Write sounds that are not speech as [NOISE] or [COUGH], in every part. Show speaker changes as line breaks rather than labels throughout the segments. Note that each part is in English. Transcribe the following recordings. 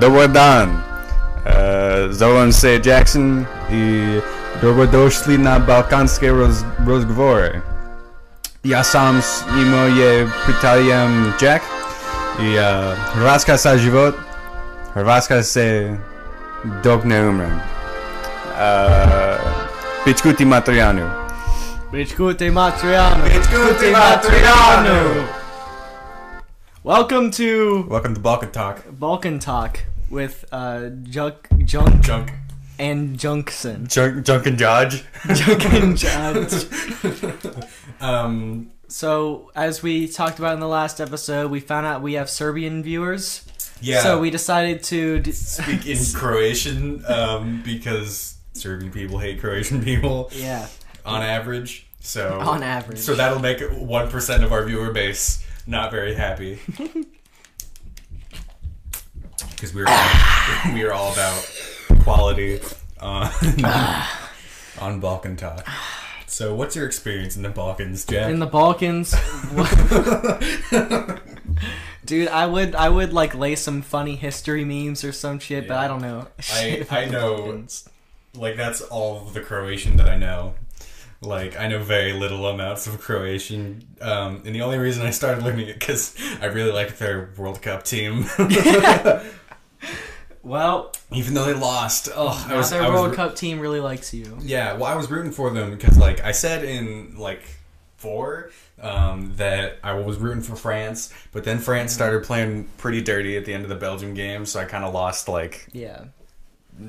Dobar Uh Zoran se Jackson i dobrodošli na balkanske roz, razgovore. Ja sam s imao je prijateljem Jack i uh, Hrvatska sa život, Hrvatska se dok ne umrem. Uh, Pičkuti Matrijanu.
Pichkute Matriano.
Pichkute Matriano.
Welcome to
Welcome to Balkan Talk.
Balkan Talk with uh, Junk Junk
Junk.
and Junkson.
Junk, junk and Judge.
[LAUGHS] Junk
[LAUGHS]
and Judge.
Um,
So, as we talked about in the last episode, we found out we have Serbian viewers.
Yeah.
So we decided to. D-
speak in Croatian um, because Serbian people hate Croatian people
yeah,
on average. So
on average.
so that'll make one percent of our viewer base not very happy. Because we're we are all about quality on [LAUGHS] on Balkan talk. So what's your experience in the Balkans, Jack?
in the Balkans. [LAUGHS] Dude, I would I would like lay some funny history memes or some shit, but I don't know. shit about [LAUGHS]
I I
the
know
Balkans.
like that's all of the Croatian that I know. Like I know very little amounts of Croatian, um, and the only reason I started learning it because I really liked their World Cup team, [LAUGHS]
Well,
even though they lost. Oh, I was,
their
I was
World
ru-
Cup team really likes you.
Yeah, well, I was rooting for them because, like I said in like four, um, that I was rooting for France, but then France
Mm-hmm.
started playing pretty dirty at the end of the Belgium game, so I kind of lost like
Yeah.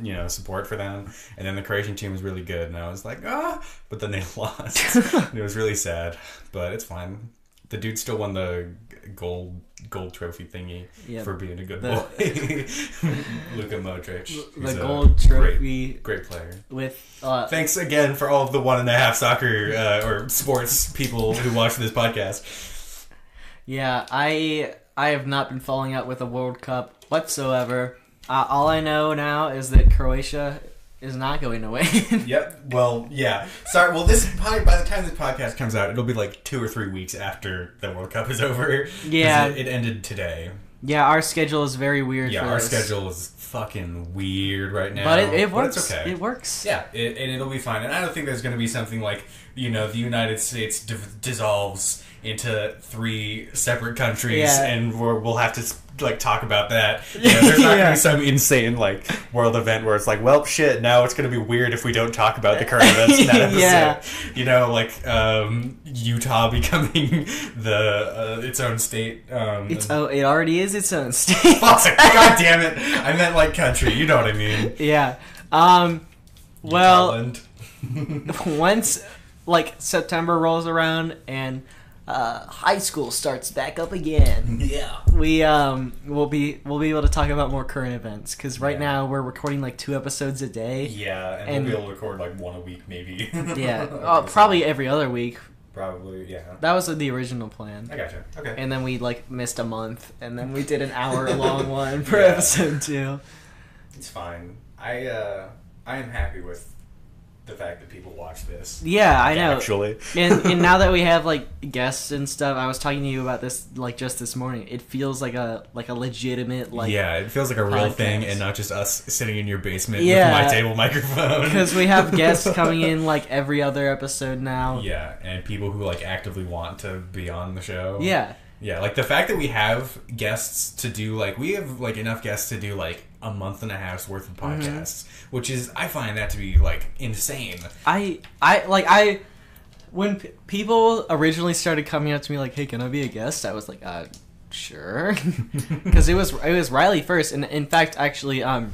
you know support for them and then the croatian team was really good and i was like ah but then they [LAUGHS] lost and it was really sad but it's fine the dude still won the g- gold gold trophy thingy
Yeah.
for being a good
The-
boy [LAUGHS] luka
[LAUGHS]
modric
the
He's a
gold trophy
great, great player
with uh,
thanks again for all of the one and a half soccer uh, or sports people who watch this podcast
yeah, I I have not been following up with a World Cup whatsoever. Uh, all I know now is that Croatia is not going to win.
yep well yeah sorry well this probably by the time this podcast comes out it'll be like two or three weeks after the world cup is over 'Cause
Yeah.
it, it ended today
[LAUGHS] yeah, our schedule is very weird.
Yeah,
for
our
this.
schedule is fucking weird right now.
but it, it
but
works.
it's okay.
It works.
yeah, it, and it'll be fine. And I don't think there's going to be something like, you know, the United States div- dissolves into three separate countries
Yeah.
and we're, we'll have to, s- like, talk
[LAUGHS]
about that. You know, there's not
Yeah.
going to be some insane, like, world event where it's like, well, shit, now it's going to be weird if we don't talk about the current events in that episode.
[LAUGHS] Yeah.
You know, like, um, Utah [LAUGHS] becoming the uh, its own state. Um, [LAUGHS]
It's oh, it already is its own [LAUGHS] state.
Fuck, God damn it. I meant like country. You know what I mean.
yeah. Um. Well,
Holland. [LAUGHS]
[LAUGHS] once like September rolls around and uh, high school starts back up again.
Yeah.
we um will be we'll be able to talk about more current events because right
Yeah.
now we're recording like two episodes a day.
Yeah, and,
And-
we'll be able to record like one a week maybe.
[LAUGHS] Yeah,
[LAUGHS]
uh, probably every other week.
Probably, yeah.
That was the original plan,
I gotcha. Okay.
and then we like missed a month, and then we did an hour
[LAUGHS]
long one for
Yeah.
episode two.
It's fine. I uh I am happy with the fact that people watch this.
Yeah, I know.
Actually.
and and
[LAUGHS]
now that we have like guests and stuff, I was talking to you about this like just this morning. It feels like a like a legitimate like
yeah, it feels like a real thing
Podcast.
and not just us sitting in your basement
Yeah.
with my table microphone.
because we have
[LAUGHS]
guests coming in like every other episode now.
Yeah, and people who like actively want to be on the show.
yeah.
Yeah, like the fact that we have guests to do like we have like enough guests to do like a month and a half's worth of
Mm-hmm.
podcasts, which is I find that to be like
[LAUGHS]
insane.
I I like I when p- people originally started coming up to me like, "Hey, can I be a guest?" I was like, "Uh, sure," [LAUGHS] because it was it was Riley first, and in fact, actually, um,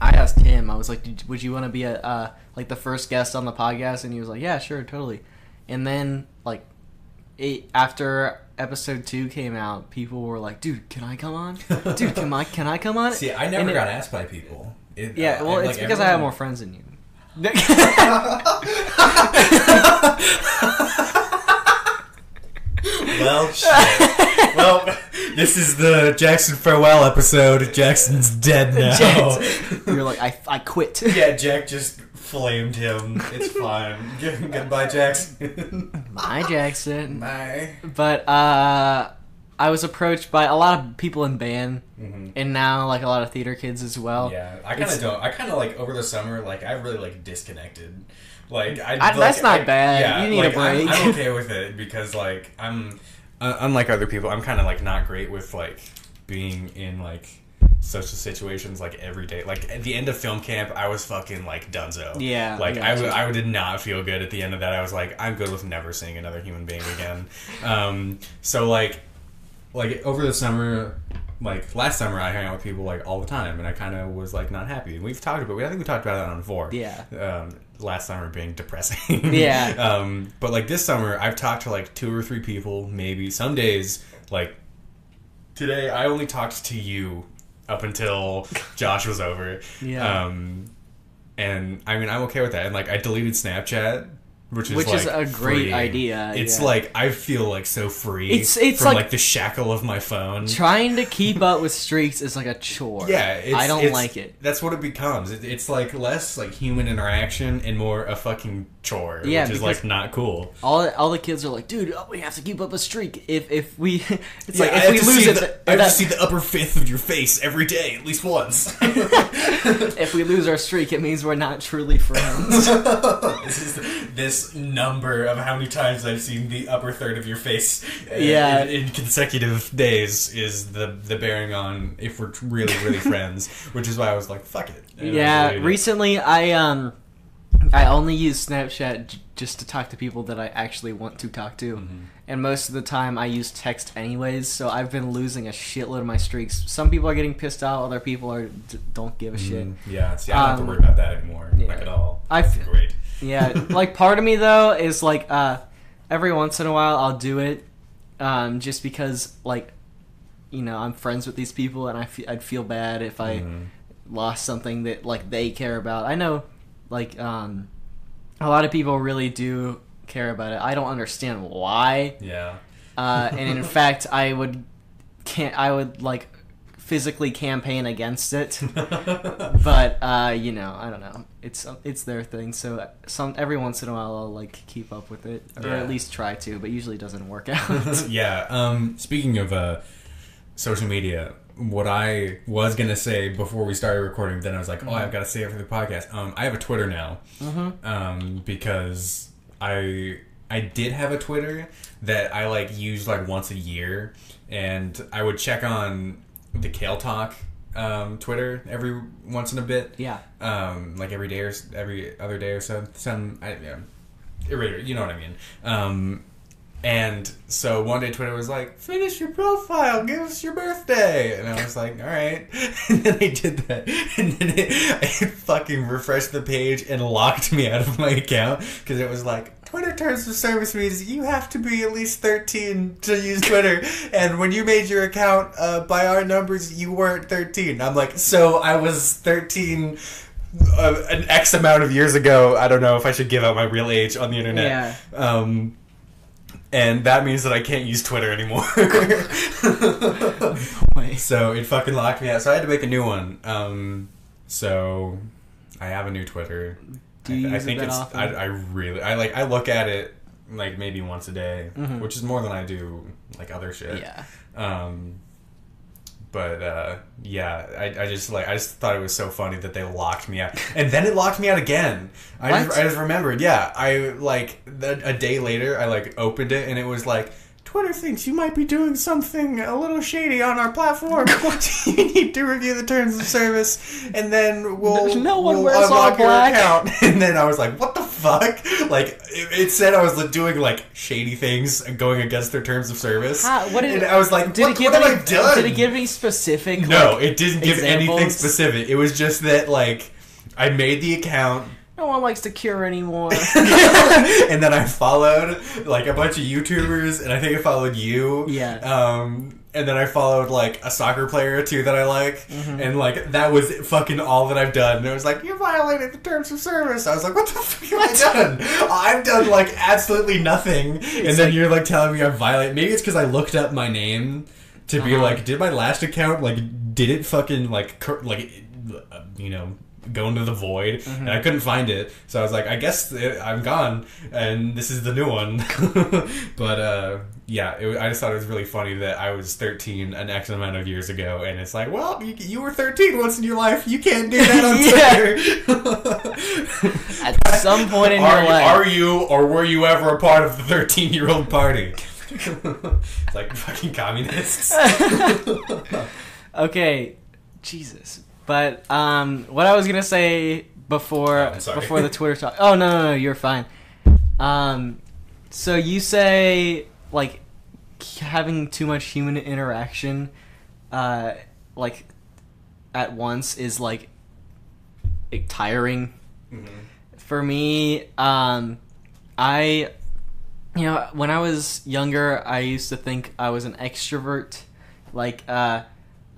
I asked him. I was like, "Did- "Would you want to be a uh, like the first guest on the podcast?" And he was like, "Yeah, sure, totally." And then like it, after episode two came out, people were like, "Dude, can I come on? Dude, can I can I come on?"
[LAUGHS] [LAUGHS] See, I never
And it-
got asked by people. It-
Yeah,
uh,
well,
and,
it's
like,
because I have more
everyone-
friends than
[LAUGHS]
you. [LAUGHS]
Well, shit. well,
[LAUGHS]
this is the Jackson farewell episode.
[LAUGHS]
Jackson's dead now.
Jackson. You're like, I, I quit.
[LAUGHS] yeah, Jack just flamed him. It's fine. Goodbye, Jackson.
My Jackson.
[LAUGHS] Bye.
But, uh, I was approached by a lot of people in band,
Mhm.
and now like a lot of theater kids as well.
Yeah, I kind
It's-
of don't. I kind of like over the summer, like I really like disconnected. Like
I-
I, like,
that's not
I-
bad. You need a
like, I'm-
break.
I'm, okay with it because like I'm, uh, unlike other people, I'm kind of like not great with like being in like social situations like every day. Like at the end of film camp, I was fucking like Dunzo.
Yeah,
like
I
I,
gotcha.
w- I did not feel good at the end of that. I was like, I'm good with never seeing another human being
[LAUGHS]
again. um, so like like over the summer like last summer i hung out with people like all the time and i kind of was like not happy and we've talked about we i think we talked about that on before
Yeah.
um last summer being depressing
[LAUGHS] Yeah.
[LAUGHS] um but like this summer i've talked to like two or three people maybe some days like today i only talked to you up until
[LAUGHS]
josh was over
Yeah.
um and i mean i'm okay with that and like i deleted snapchat which is
Which is
like,
a great
freeing.
idea,
It's
yeah.
like I feel like so free
It's- it's
from
like-
like, the shackle of my phone.
Trying to keep up with streaks is like a chore.
yeah, it's,
I don't
it's-
like it.
That's what it becomes. It, it's like less like human interaction and more a fucking chore,
Yeah,
which is
because-
like not cool.
All all the kids are like, dude, oh, we have to keep up a streak. If if we, [LAUGHS] it's
Yeah,
like
I
if
have
we
to
lose
see
it,
the-
th-
I have
that-
to see the upper fifth of your face every day at least once. [LAUGHS]
if we lose our streak, it means we're not truly friends.
this is this number of how many times I've seen the upper third of your face uh,
Yeah.
in, in consecutive days is the the bearing on if we're really
[LAUGHS]
really friends, which is why I was like, fuck it. And I
yeah.
deleted it.
Recently, I um, I only use Snapchat j- just to talk to people that I actually want to talk to,
Mm-hmm.
and most of the time I use text anyways. So I've been losing a shitload of my streaks. Some people are getting pissed out. Other people are d- don't give a shit.
yeah. See, I don't have to
Um,
worry about that anymore,
yeah.
like at all.
I
That's
f-
great.
Yeah, like part of me though is like uh every once in a while I'll do it um just because like you know, I'm friends with these people and I f- I'd feel bad if I
Mm-hmm.
lost something that like they care about. I know like um a lot of people really do care about it. I don't understand why.
Yeah. [LAUGHS]
Uh and in fact, I would can't I would like physically campaign against
[LAUGHS]
it but uh, you know, I don't know. It's it's their thing. So uh, some every once in a while, I'll like keep up with it, or
Yeah.
at least try to. But usually, it doesn't
[LAUGHS]
work out.
yeah. Um, speaking of uh, social media, what I was gonna say before we started recording, then I was like, oh, I've got to say it for the podcast. Um, I have a Twitter now, um, because I I did have a Twitter that I like used like once a year, and I would check on the Kale Talk um, Twitter every once in a bit
yeah,
um, like every day or s- every other day or so. Some, I, yeah, irregular. You know what I mean. Um, and so one day Twitter was like, "Finish your profile, give us your birthday," and I was like, "All right." [LAUGHS] And then I did that, [LAUGHS] and then it, it fucking refreshed the page and locked me out of my account because it was like. Twitter terms of service means you have to be at least 13 to use Twitter. And when you made your account, uh, by our numbers, you weren't 13. I'm like, so I was 13 uh, an X amount of years ago. I don't know if I should give out my real age on the internet.
Yeah.
Um, and that means that I can't use
[LAUGHS]
Twitter anymore.
Wait.
so it fucking locked me out. So I had to make a new one. Um, so I have a new Twitter.
Do you
I, I
use it
think
that
it's.
often?
I, I really. I like. I look at it like maybe once a day, which is more than I do like other shit.
Mm-hmm. yeah.
Um, but uh, yeah, I, I just like I just thought it was so funny that they locked me out, and then it locked me out again. I
What?
just, I just remembered. Yeah, I like th- a day later, I like opened it, and it was like. Twitter thinks you might be doing something a little shady on our platform.
[LAUGHS]
you need to review the terms of service, and then we'll
No one
we'll
wears all
unlock your
black.
account." [LAUGHS] And then I was like, "What the fuck?" Like it, it said, I was like, doing like shady things, going against their terms of service.
How- what did-
and I was like,
Did
what,
it give
what
any,
have I done?
Did it give any specific?
no,
Like,
it didn't give anything
examples?
specific. It was just that, like, I made the
[LAUGHS]
account
no one likes to cure
[LAUGHS]
anymore. [LAUGHS]
and then I followed, like, a bunch of YouTubers, and I think I followed you.
Yeah.
Um, and then I followed, like, a soccer player or two that I like.
Mm-hmm.
And, like, that was fucking all that I've done. And it was like, you violated the terms of service. I was like, what the fuck have I done? I've done, like, absolutely nothing. and then you're, like, telling me I violate. Maybe it's because I looked up my name to be
Uh-huh.
like, did my last account, like, did it fucking, like, cur- like, uh, you know, go into the void?
Mm-hmm.
And I couldn't find it. So I was like, I guess uh, I'm gone. And this is the new one. [LAUGHS] but, uh, yeah, it, wa- I just thought it was really funny that I was 13 an X amount of years ago, and it's like, well, you, you were 13 once in your life. You can't do that
[LAUGHS]
on Twitter.
At some point in
are,
your life.
are you or were you ever a part of the 13 year
[LAUGHS]
old party? it's like fucking communists.
okay, Jesus. But um, what I was gonna say before
Oh, I'm sorry.
before the Twitter talk. Oh no, no, no, you're fine. Um, so you say like having too much human interaction, uh, like at once is like it- tiring
Mm-hmm.
for me. Um, I, you know, when I was younger, I used to think I was an extrovert. Like, uh,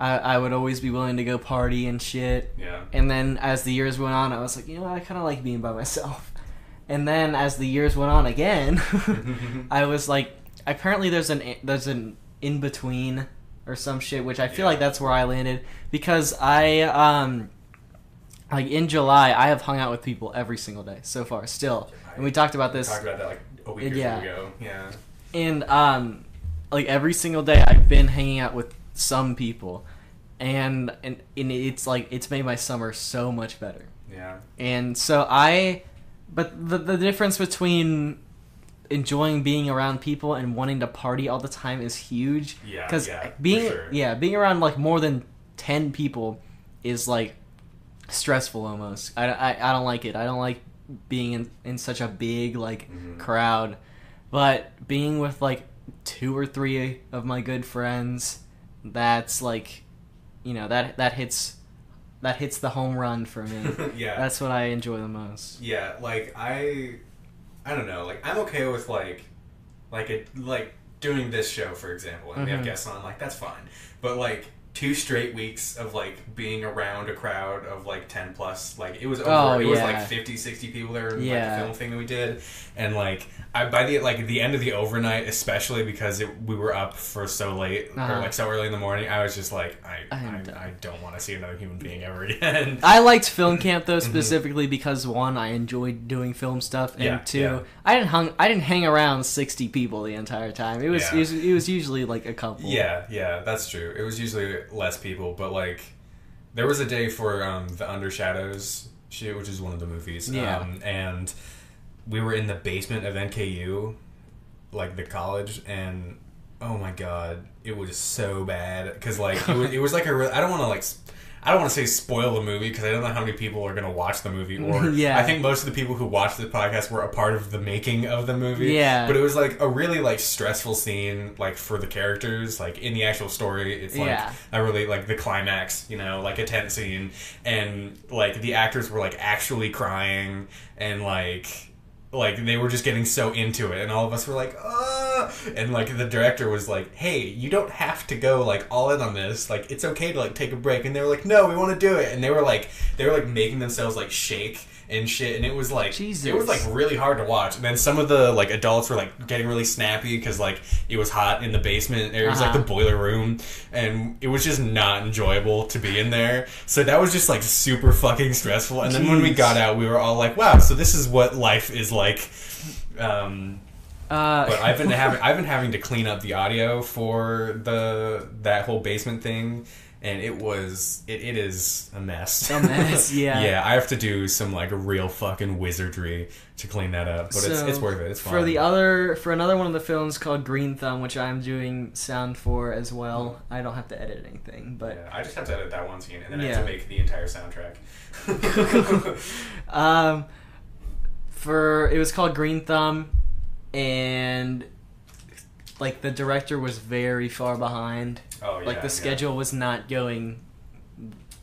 I, I would always be willing to go party and shit.
Yeah.
And then as the years went on, I was like, you know what, I kind of like being by myself. And then as the years went on again, [LAUGHS] I was like, apparently there's an there's an in between or some shit, which I feel
Yeah.
like that's where I landed because I um like in July I have hung out with people every single day so far still, and we talked about this
Talked about that like a week or
Yeah.
two ago. Yeah.
and um like every single day I've been hanging out with some people, and and, and it's like it's made my summer so much better.
Yeah.
And so I, but the, the difference between enjoying being around people and wanting to party all the time is huge.
Yeah,
Because
yeah, for
being
sure.
yeah being around like more than ten people is like stressful almost. I, I, I don't like it. I don't like being in, in such a big like
Mm-hmm.
crowd. But being with like two or three of my good friends, that's like, you know that that hits that hits the home run for me.
[LAUGHS] [LAUGHS] yeah.
That's what I enjoy the most.
Yeah, like I, I don't know. Like I'm okay with like, like it like doing this show for example, and we have
Mhm.
guests on. Like that's fine. But like two straight weeks of like being around a crowd of like 10 plus like it was over
Oh,
it was
yeah.
like 50 60 people there in like
Yeah.
the film thing that we did and like i by the like the end of the overnight especially because it, we were up for so late or
Uh-huh.
like so early in the morning i was just like i
I am
i,
done.
I don't want to see another human being ever [LAUGHS] again
I liked film
Mm-hmm.
camp though specifically because one, I enjoyed doing film stuff, and
Yeah,
two,
yeah.
I didn't hung I didn't hang around sixty people the entire time. It was
Yeah.
it was, it was usually like a couple.
Yeah, yeah, that's true. It was usually less people, but like there was a day for um, the Undershadows shoot, which is one of the movies.
Yeah.
Um, and we were in the basement of NKU, like the college, and oh my god, it was so bad because
[LAUGHS]
like it was, it was like a. Re- I don't want to like. s- I don't want to say spoil the movie because I don't know how many people are going to watch the movie.
[LAUGHS]
Or
Yeah.
I think most of the people who watched the podcast were a part of the making of the movie movie.
Yeah.
But it was like a really like stressful scene, like for the characters, like in the actual story. It's like
Yeah.
I really like the climax, you know, like a tense scene, and like the actors were like actually crying, and like like they were just getting so into it, and all of us were like, ah, and like the director was like, hey, you don't have to go like all in on this, like it's okay to like take a break, and they were like, no, we want to do it, and they were like they were like making themselves like shake. And shit, and it was like it was
Jesus.
like really hard to watch. And then some of the like adults were like getting really snappy because like it was hot in the basement. It was like
Uh-huh.
the boiler room, and it was just not enjoyable to be in there. So that was just like super fucking stressful. And then when we
Jeez.
got out, we were all like, "Wow, so this is what life is like." Um,
Uh,
but I've been having I've been having to clean up the audio for the that whole basement thing, and it was it, it is a mess.
A
[LAUGHS]
mess, yeah.
yeah. I have to do some like real fucking wizardry to clean that up, but it's
[LAUGHS] So,
it's worth it. It's fun.
for the other for another one of the films called Green Thumb, which I'm doing sound for as well.
Mm-hmm.
I don't have to edit anything, but
yeah, I just have to edit that one scene, and then I
Yeah.
have to make the entire
[LAUGHS]
soundtrack.
Um, for it was called Green Thumb, and like the director was very far behind.
oh yeah,
like
yeah.
the schedule was not going.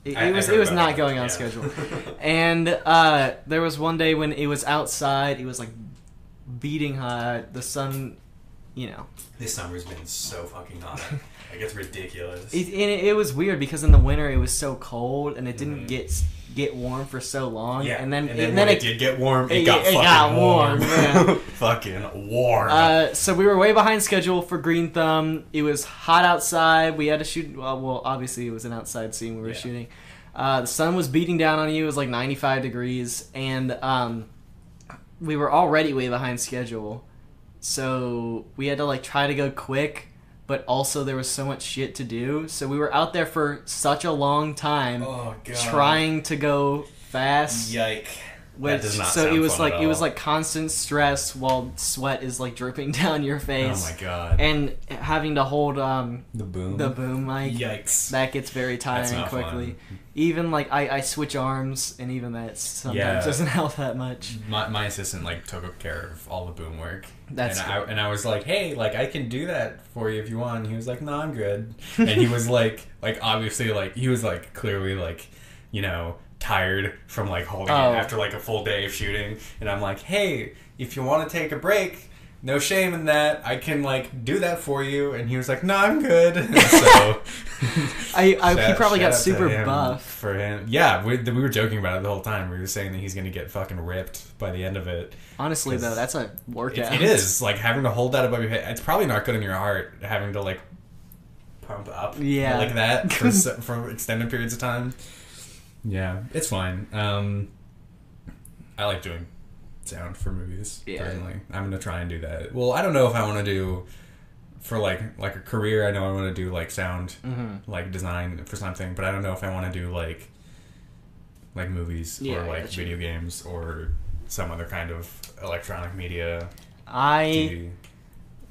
It,
I-
it
I
was
heard
it was
about
not
that,
going on
yeah.
schedule,
[LAUGHS]
and uh, there was one day when it was outside. It was like beating hot. The sun, you know,
This summer's been so fucking hot. Like it's ridiculous.
it, and it, it was weird because in the winter it was so cold and it didn't
Mhm.
get get warm for so long.
yeah,
and then
and then, when it, did get warm. It,
it-
got
it
fucking
got warm,
warm.
yeah.
[LAUGHS] fucking warm.
Uh, so we were way behind schedule for Green Thumb. It was hot outside. We had to shoot. Well, well obviously it was an outside scene we were
Yeah.
shooting. Uh, the sun was beating down on you. It was like 95 degrees, and um, we were already way behind schedule. so we had to like try to go quick, but also there was so much shit to do. So we were out there for such a long time
Oh god.
trying to go fast.
Yike.
Which,
does not
so
sound
it was
fun
like
at
it was
all.
like constant stress while sweat is like dripping [LAUGHS] down your
Oh
face
my god.
and having to hold um
the boom.
the boom mic
Yikes.
that gets very
That's
tiring
not
quickly even like I, I switch arms and even that sometimes
Yeah.
doesn't [LAUGHS] help that much
my, my assistant like took care of all the boom work.
That's
and I, and I was like, hey, like I can do that for you if you want. And he was like, no, I'm good. And he was like, like obviously, like he was like clearly like, you know, tired from like holding
Oh.
it after like a full day of shooting. And I'm like, hey, if you want to take a break. No shame in that. I can like do that for you, and he was like, "No, I'm good." [LAUGHS] And so
I, I he
Shout-
probably got
shout out to
super
him
buff
for him. Yeah, we, we were joking about it the whole time. We were saying that he's gonna get fucking ripped by the end of it.
honestly though
Cause
that's a workout
It- it is like having to hold that above your head. It's probably not good in your heart having to like pump up,
Yeah.
like
[LAUGHS]
that for s- for extended periods of time. Yeah, it's fine. Um, I like doing sound for movies.
Yeah.
personally. I'm gonna try and do that. Well, I don't know if I want to do for like like a career. I know I want to do like sound
hmm
like design for something, but I don't know if I want to do like like movies
Yeah,
or
I
like
gotcha.
video games or some other kind of electronic media.
I
TV.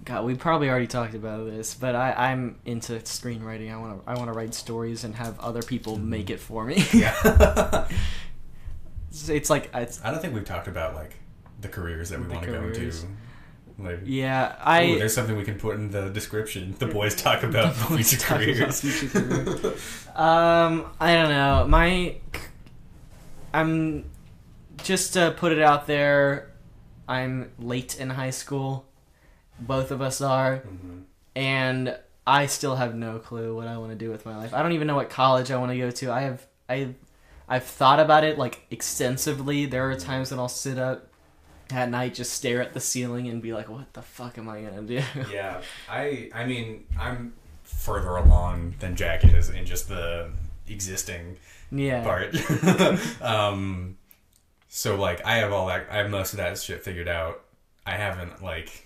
God we probably already talked about this but I I'm into screenwriting I want to I want to write stories and have other people make it for me
Mm-hmm. Yeah.
[LAUGHS] it's, it's like it's
I don't think we've talked about like the careers that we
The
want to go into.
careers.
Like,
yeah
ooh,
I
there's something we can put in the description. The boys talk
[LAUGHS]
about
The boys
future
talk about
careers.
future Um, I don't know. My, I'm, just to put it out there, I'm late in high school. Both of us are,
Mhm.
and I still have no clue what I want to do with my life. I don't even know what college I want to go to. I have, I, I've thought about it like extensively. There are times when I'll sit up at night, just stare at the ceiling, and be like, "What the fuck am I gonna do?" [LAUGHS]
yeah, I I mean I'm further along than Jack is in just the existing
yeah.
part. [LAUGHS] um, so like I have all that, I have most of that shit figured out. I haven't like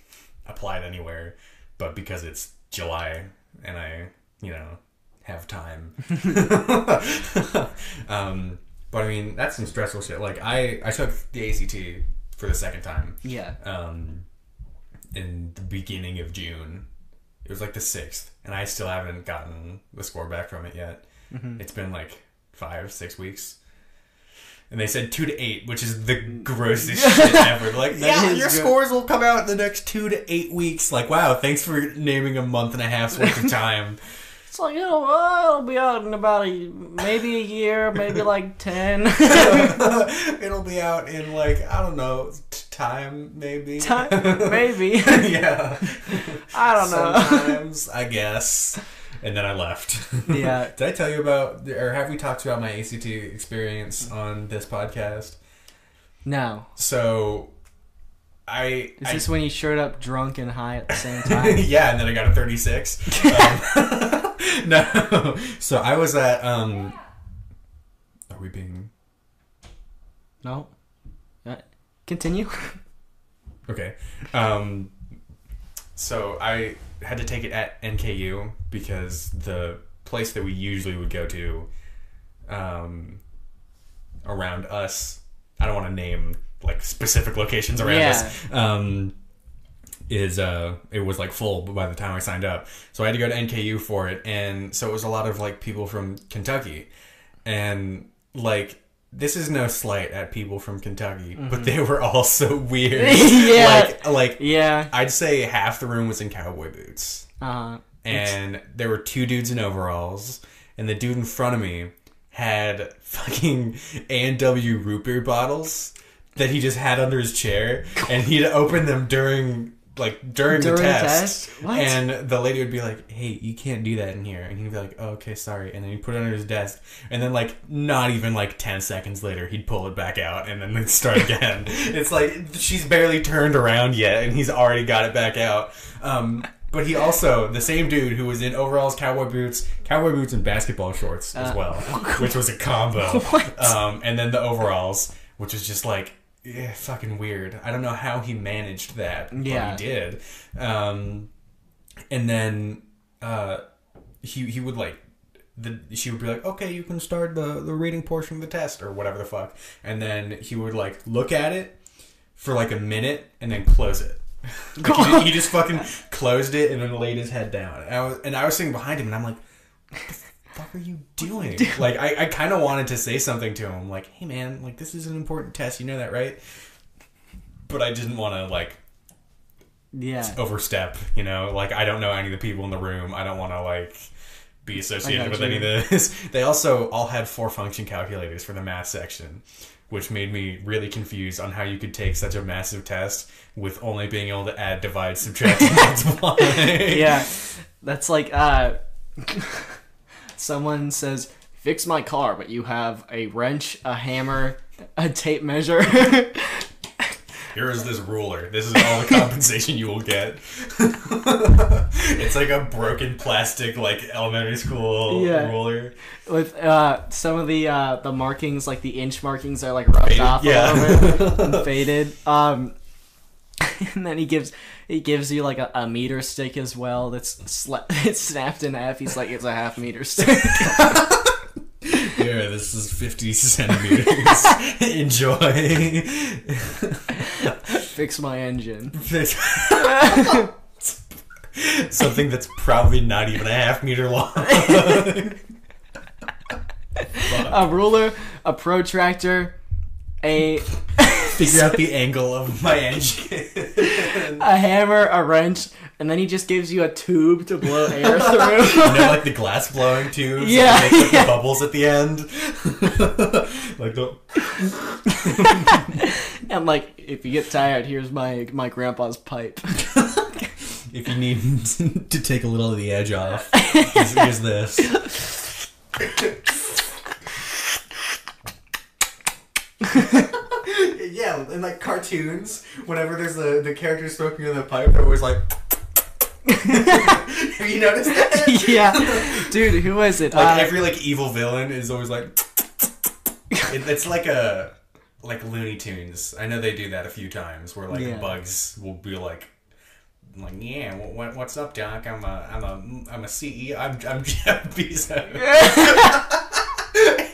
applied anywhere, but because it's July and I, you know, have time. [LAUGHS] um, but I mean that's some stressful shit. Like I I took the ACT for the second time
Yeah.
um, in the beginning of June. It was like the sixth, and I still haven't gotten the score back from it yet. It's been like five, six weeks. And they said two to eight, which is the grossest shit ever. Like,
That
yeah,
is
your
gro-
scores will come out in the next two to eight weeks. Like, wow, thanks for naming a month and a half's worth of time. [LAUGHS]
It's like, you know, uh, it'll be out in about a, maybe a year, maybe like [LAUGHS] 10.
It'll be out in like I don't know t- time maybe.
Time, maybe.
[LAUGHS]
[LAUGHS]
yeah.
I don't know.
Sometimes, I guess. And then I left.
[LAUGHS] Yeah.
[LAUGHS] Did I tell you about, or have we talked about my ACT experience on this podcast?
No.
So, I.
Is
I-
this when you showed up drunk and high at the same
[LAUGHS]
time?
yeah, and then I got a 36. Um, [LAUGHS] no. So I was at. um Are we being.
no? Uh, Continue. [LAUGHS]
Okay. Um, so I had to take it at NKU because the place that we usually would go to um, around us, I don't want to name like specific locations around
Yeah.
us, um, is uh, it was like full by the time I signed up. So I had to go to NKU for it. And so it was a lot of like people from Kentucky. And like, this is no slight at people from Kentucky, but they were all so weird.
Mm-hmm. [LAUGHS] Yeah.
Like, like
yeah.
I'd say half the room was in cowboy boots,
Uh,
and there were two dudes in overalls, and the dude in front of me had fucking A and W root beer bottles that he just had under his chair, and he'd open them during like during, the
During
test.
test? What?
And the lady would be like, "Hey, you can't do that in here," and he'd be like, oh, "Okay, sorry," and then he'd put it under his desk, and then like not even like ten seconds later, he'd pull it back out, and then they'd start
[LAUGHS]
again. it's like she's barely turned around yet, and he's already got it back out. Um, but he also the same dude who was in overalls, cowboy boots, cowboy boots, and
[LAUGHS]
basketball shorts as well, which was a combo.
Uh, What?
Um, and then the overalls, which is just like yeah, fucking weird. I don't know how he managed that, but
Yeah.
he did. Um, and then uh, he he would like the she would be like, okay, you can start the the reading portion of the test or whatever the fuck, and then he would like look at it for like a minute and then close it. Like, he, just, he just fucking closed it and then laid his head down. And I was, and I was sitting behind him and I'm like, what the fuck are you doing? Like, I, I kind of wanted to say something to him. Like, hey man, like, this is an important test. You know that, right? But I didn't want to, like,
Yeah.
overstep, you know? Like, I don't know any of the people in the room. I don't want to, like, be
I
associated
got
with
you.
any of this. [LAUGHS] They also all had four function calculators for the math section, which made me really confused on how you could take such a massive test with only being able to add, divide, subtract, and multiply.
[LAUGHS] Yeah. That's like uh someone says, Fix my car, but you have a wrench, a hammer, a tape measure. [LAUGHS]
Here is this ruler. This is all the compensation you will get. [LAUGHS] it's like a broken plastic, like elementary school
Yeah.
ruler.
With uh some of the uh the markings, like the inch markings are like rubbed
Faded,
off
yeah.
a little bit and
[LAUGHS]
faded. Um [LAUGHS] and then he gives he gives you like a, a meter stick as well that's sla- [LAUGHS] it's snapped in half. He's like it's a half meter stick. [LAUGHS]
Here, this is 50 centimeters. [LAUGHS] Enjoy.
Fix my engine.
This- [LAUGHS] Something that's probably not even a half meter long.
A ruler, a protractor, a
[LAUGHS] Figure out the angle of [LAUGHS] my engine.
a hammer, a wrench, and then he just gives you a tube to blow [LAUGHS] air through.
You know, like the glass blowing tubes. that
Yeah,
make, like,
yeah.
the bubbles at the end. [LAUGHS] like the
and like, if you get tired, here's my my grandpa's pipe. [LAUGHS]
if you need [LAUGHS] to take a little of the edge off, here's, here's this. [LAUGHS] yeah, in like cartoons, whenever there's the, the character smoking in the pipe, they're always like. [LAUGHS] Have you noticed [LAUGHS] that?
yeah, dude, who was it?
Like
Uh,
every like evil villain is always like. it, it's like a like Looney Tunes. I know they do that a few times where like
Yeah.
Bugs will be like. Like yeah, wh- what, what's up, Doc? I'm a, I'm a, I'm a CEO. I'm, I'm [LAUGHS] Jeff Bezos.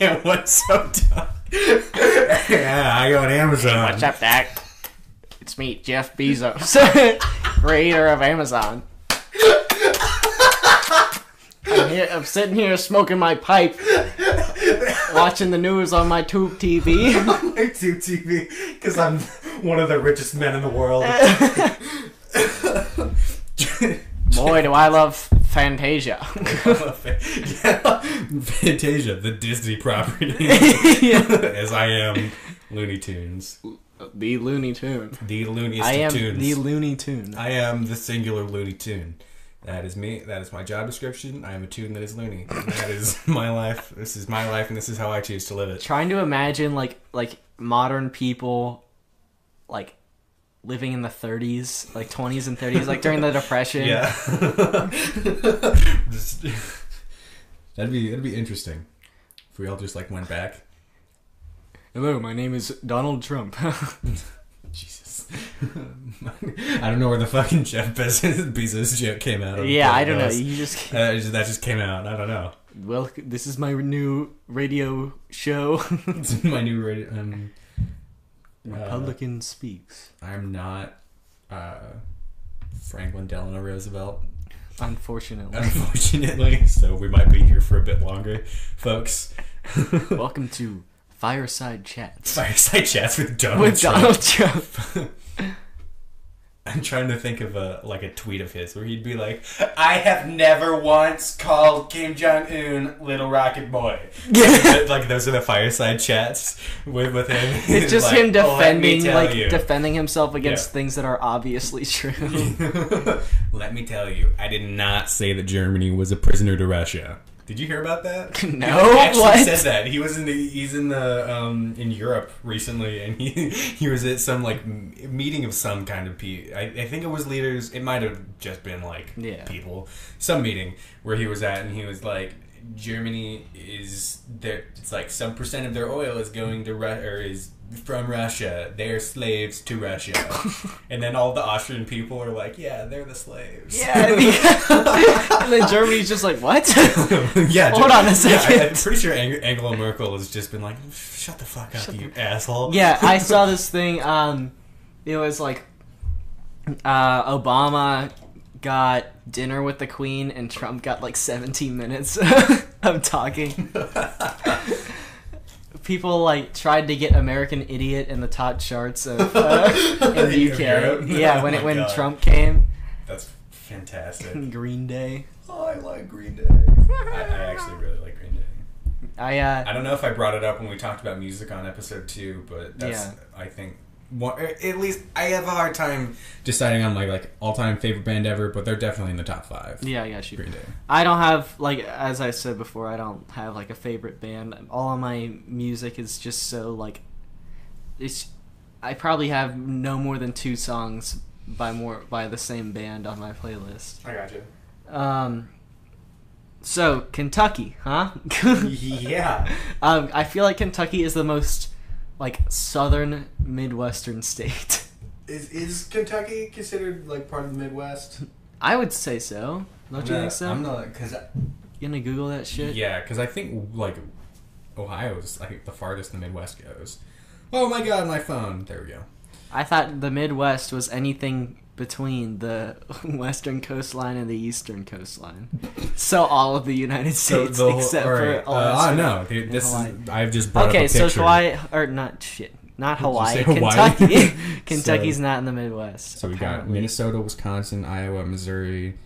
[LAUGHS] and what's up, Doc? yeah, I go on Amazon.
what's up, Doc? It's me, Jeff Bezos, [LAUGHS] creator of Amazon. I'm, here, I'm sitting here smoking my pipe,
[LAUGHS]
watching the news on my tube TV.
YouTube TV because I'm one of the richest men in the [LAUGHS] world.
Boy, do I love Fantasia.
yeah. Fantasia, the
[LAUGHS]
Disney property. As I am Looney Tunes.
The Looney Tune.
The looniest
I am
of tunes.
the Looney Tune.
I am the singular Looney Tune. That is me. That is my job description. I am a tune that is loony. That is my life. This is my life, and this is how I choose to live it.
Trying to imagine like like modern people, like living in the 30s, like 20s and 30s, like during
[LAUGHS]
the Depression.
Yeah. Just- that'd be that'd be interesting if we all just like went back.
Hello, my name is Donald Trump. [LAUGHS]
Oh, Jesus. [LAUGHS] I don't know where the fucking Jeff Bezos, Bezos joke came out. of,
yeah,
but
I don't
that
know.
was-
You just
Uh, just- that just came out. I
[LAUGHS]
don't know.
well, this is my new radio show. [LAUGHS]
It's in my new radio. Um, uh,
Republican speaks.
I'm not uh, Franklin Delano Roosevelt, [LAUGHS]
Unfortunately,
unfortunately. so we might be here for a bit longer, folks.
welcome to Fireside Chats
Fireside chats with
[LAUGHS]
Donald.
with
Trump.
Donald Trump.
[LAUGHS] I'm trying to think of a like a tweet of his where he'd be like, "I have never once called Kim Jong Un Little Rocket Boy." [LAUGHS] Yeah, like those are the fireside chats with with him.
[LAUGHS] It's just
Like, "Oh,
him
"Let me
defending,
tell
like
you."
defending himself against
Yeah.
things that are obviously [LAUGHS] true.
[LAUGHS] Let me tell you, I did not say that Germany was a prisoner to Russia. Did you hear about that?
[LAUGHS] No,
he actually
what?
said that. He was in the he's in the um in Europe recently, and he [LAUGHS] he was at some like m- meeting of some kind of pe. I, I think it was leaders. It might have just been like
Yeah.
people, some meeting where he was at, and he was like, Germany is there. It's like some percent of their oil is going to Ru- or is from Russia. They are slaves to Russia,
[LAUGHS]
and then all the Austrian people are like, yeah, they're the slaves.
[LAUGHS] and then Germany's just like, what?
[LAUGHS] yeah.
Hold on a
Yeah, I, am
second.
pretty sure Ang- Angela Merkel has just been like, shut the fuck up, you asshole.
yeah, I saw this thing. Um, it was like uh, Obama got dinner with the Queen, and Trump got like 17 minutes [LAUGHS] of talking. People like tried to get American Idiot in the top charts of
[LAUGHS]
uh, in the
Of
UK.
Europe?
yeah, when
Oh
it
my
when
God.
Trump came,
[LAUGHS] That's
[LAUGHS]
fantastic.
Green Day.
oh, I like Green Day. I, I actually really like Green Day.
I uh,
I don't know if I brought it up when we talked about music on episode two, but that's
Yeah.
I think one, or at least I have a hard time deciding on like like all time favorite band ever, but they're definitely in the top five.
yeah, yeah, she.
Green Day.
I don't have like as I said before, I don't have like a favorite band. All of my music is just so like it's I probably have no more than two songs by more by the same band on my playlist.
I got you.
Um so Kentucky, huh? [LAUGHS]
yeah.
um I feel like Kentucky is the most like southern midwestern state. [LAUGHS]
Is, is Kentucky considered like part of the Midwest?
I would say so. Don't you think so?
I'm not because
You gonna Google that shit?
yeah, because I think like Ohio's like the farthest the Midwest goes. Oh my God, my phone. There we go.
I thought the Midwest was anything between the [LAUGHS] western coastline and the eastern coastline. So all of the United States
whole-
except
all
for
right,
Alaska.
Uh, oh no, dude, this
Hawaii.
is, I've just brought up
Okay,
a
so
picture.
it's Hawaii or not shit. Not Hawaii,
say Hawaii?
Kentucky.
[LAUGHS]
[LAUGHS]
So-
Kentucky's not in the Midwest.
So we got
apparently.
Minnesota, Wisconsin, Iowa, Missouri,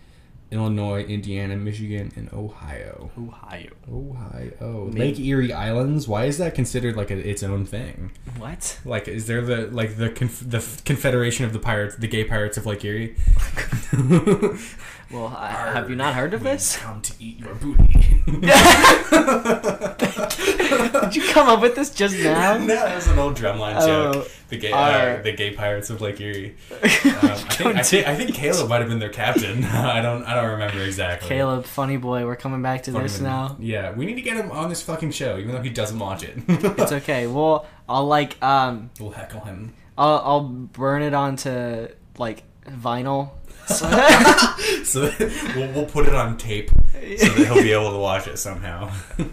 Illinois, Indiana, Michigan, and Ohio.
Ohio.
Ohio. Lake Erie Islands. Why is that considered like a, its own thing?
What?
Like, is there the like the conf- the f- Confederation of the Pirates, the Gay Pirates of Lake Erie? Oh [LAUGHS]
Well, I, Uh, have you not heard of
We
this? [LAUGHS]
[LAUGHS] Come to eat your booty.
Did you come up with this just now? [LAUGHS]
[LAUGHS] no, Uh, that was an old drumline
Oh,
joke. The gay, uh,
our-
the gay pirates of Lake
[LAUGHS]
Erie. Um, I, think, I, think, I think Caleb might have been their captain. [LAUGHS] I don't, I don't remember exactly.
Caleb, funny boy, we're coming back to
Fucking-
this
[LAUGHS]
now.
Yeah, we need to get him on this fucking show, even though he doesn't watch it.
It's okay. Well, I'll like um
[LAUGHS] we'll heckle him.
I'll, I'll burn it onto like
[LAUGHS]
vinyl. So-
So [LAUGHS] we'll, we'll put it on tape so that he'll be able to watch it somehow. [LAUGHS]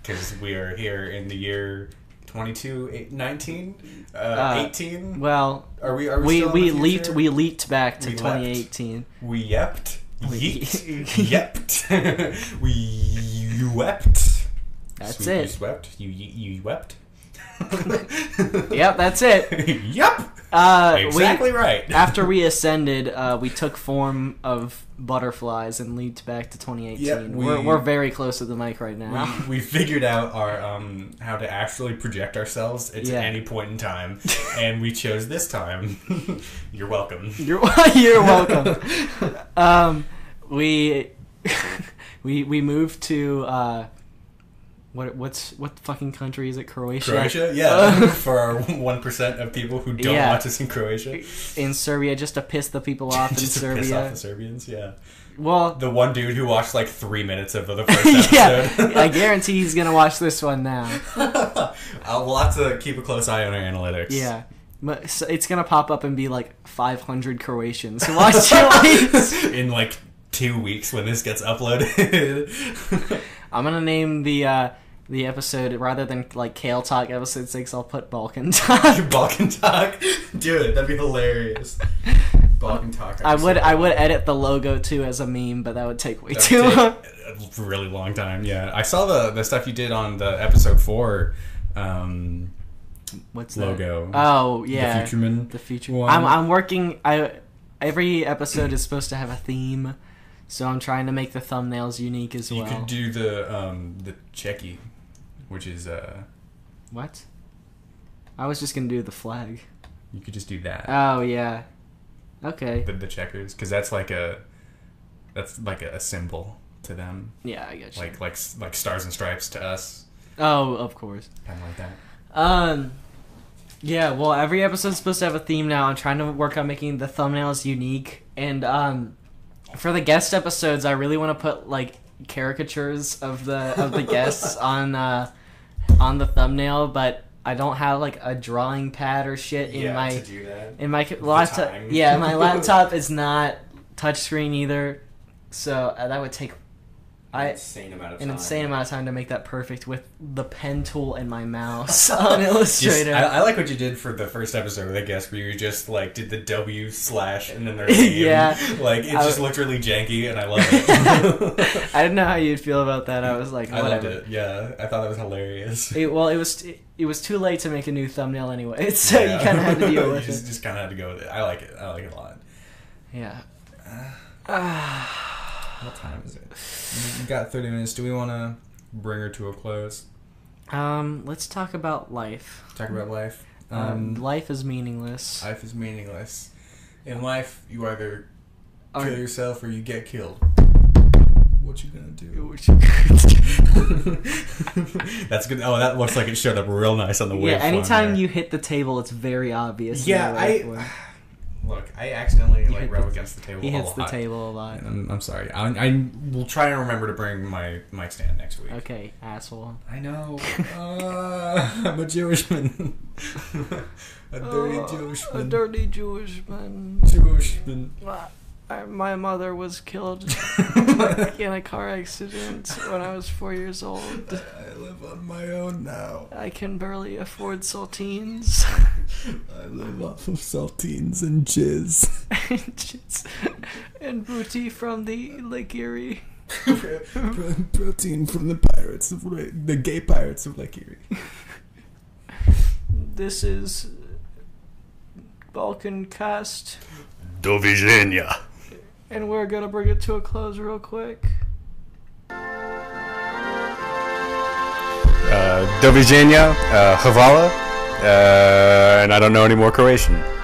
Because we are here in the year 22, eight- 19, uh, 18.
well,
Are we? Are we?
we
still in
we
the
leaped
future?
we leaped back to
We leapt.
2018.
We yept.
We- [LAUGHS]
Yeet. yept. [LAUGHS] we you wept.
That's
Sweet, You
it.
swept. You you, you wept.
[LAUGHS] Yep, that's it.
[LAUGHS] yep.
Uh, we-
Exactly right.
after we ascended, uh, we took form of butterflies and leaped back to 2018.
Yep, we-
we're, we're very close to the mic right now.
we, we figured out our um, how to actually project ourselves at
Yeah.
any point
[LAUGHS]
in time, and we chose this time. [LAUGHS] You're welcome.
[LAUGHS] You're, you're
[LAUGHS]
welcome. um, we [LAUGHS] we we moved to uh, what what's what fucking country is it? Croatia.
Croatia,
[LAUGHS]
yeah, for our one percent of people who don't
Uh, Yeah.
watch us in Croatia,
in Serbia just to piss the people
[LAUGHS]
off in
just to
Serbia.
piss off the Serbians. Yeah,
[LAUGHS] Well,
the one dude who watched like three minutes
[LAUGHS]
of the first episode.
yeah, I
[LAUGHS]
guarantee he's gonna watch this one now.
uh, we'll have to keep a close eye on our analytics.
Yeah, but so it's gonna pop up and be like 500 Croatians who watch
[LAUGHS]
it.
in like two weeks when this gets uploaded. [LAUGHS]
I'm gonna name the uh, the episode rather than like Kale Talk episode six. I'll put Balkan [LAUGHS]
[LAUGHS]
Talk.
Balkan talk, dude, that'd be hilarious. Balkan talk.
I would I would edit the logo too as a meme, but that would take way
That
too [LAUGHS]
would
long.
take Oh, a really long time. Yeah, I saw the the stuff you did on the episode four um,
What's that?
logo.
Oh yeah,
the Futureman.
the feature.
one.
I'm I'm working. I every episode is supposed to have a theme, so I'm trying to make the thumbnails unique as
you
well.
could do the um, the checky, which is uh,
what? I was just gonna do the flag.
you could just do that.
Oh yeah. Okay.
the, the checkers, because that's like a that's like a, a symbol to them,
Yeah, I got you.
like like s- like stars and stripes to us,
oh, of course.
kind of like that.
Um. Yeah, well, every episode's supposed to have a theme now. I'm trying to work on making the thumbnails unique, and um, for the guest episodes, I really want to put like caricatures of the of the
[LAUGHS]
guests on uh, on the thumbnail, but I don't have like a drawing pad or shit in
yeah,
my
to do that.
in my laptop.
time.
Yeah,
[LAUGHS]
my laptop is not touchscreen either, so uh, that would take I
insane amount of
an
time.
insane amount of time to make that perfect with the pen tool and my mouse [LAUGHS] on Illustrator.
Just- I, I like what you did for the first episode of the guest where you just like did the W slash and
[LAUGHS]
then their name.
Yeah.
Like it
I-
just looked really janky and
[LAUGHS]
I love
[LAUGHS]
it.
I didn't know how you'd feel about that. I was like,
I
whatever.
loved it. Yeah. I thought that
[LAUGHS]
was hilarious.
It- well, it was it, was too late to make a new thumbnail anyway, [LAUGHS] so
Yeah.
you kind of had to
[LAUGHS]
deal
You
with
just,
it.
Just kind of had to go with it. I like it. I like it a lot. [SIGHS]
Yeah.
What time is it? We got 30 minutes. Do we want to bring her to a close?
Um, let's talk about life.
Talk about life.
Um, life is meaningless.
life is meaningless. In life, you either
Or-
kill yourself or you get killed. What you gonna
[LAUGHS]
do? [LAUGHS] That's good. Oh, that looks like it showed up real nice on [LAUGHS] the
yeah.
waveform
Anytime
there.
you hit the table, it's very obvious. in
Yeah,
the
I-
waveform.
look, I accidentally
He
like
hit
rub
the-
against the table.
He
a
hits the
lot.
table a lot.
And I'm, I'm sorry. I, I will try and remember to bring my mic stand next week.
Okay, asshole.
I
[LAUGHS]
know. Uh, I'm a Jewish man. [LAUGHS] a dirty Jewish man.
Oh, dirty Jewish man.
Jewish
[LAUGHS]
man.
My mother was killed [LAUGHS] in a car accident when I was four years old.
I live on my own now.
I can barely afford saltines. [LAUGHS]
I live off of saltines and jizz.
and, just- and booty from the Lake Erie.
Protein from the pirates of the gay pirates of Lake Erie.
This is Balkan cast,
Do widzenia.
and we're gonna bring it to a close real quick.
Uh, do widzenia, uh, chwała, uh, and I don't know any more Croatian.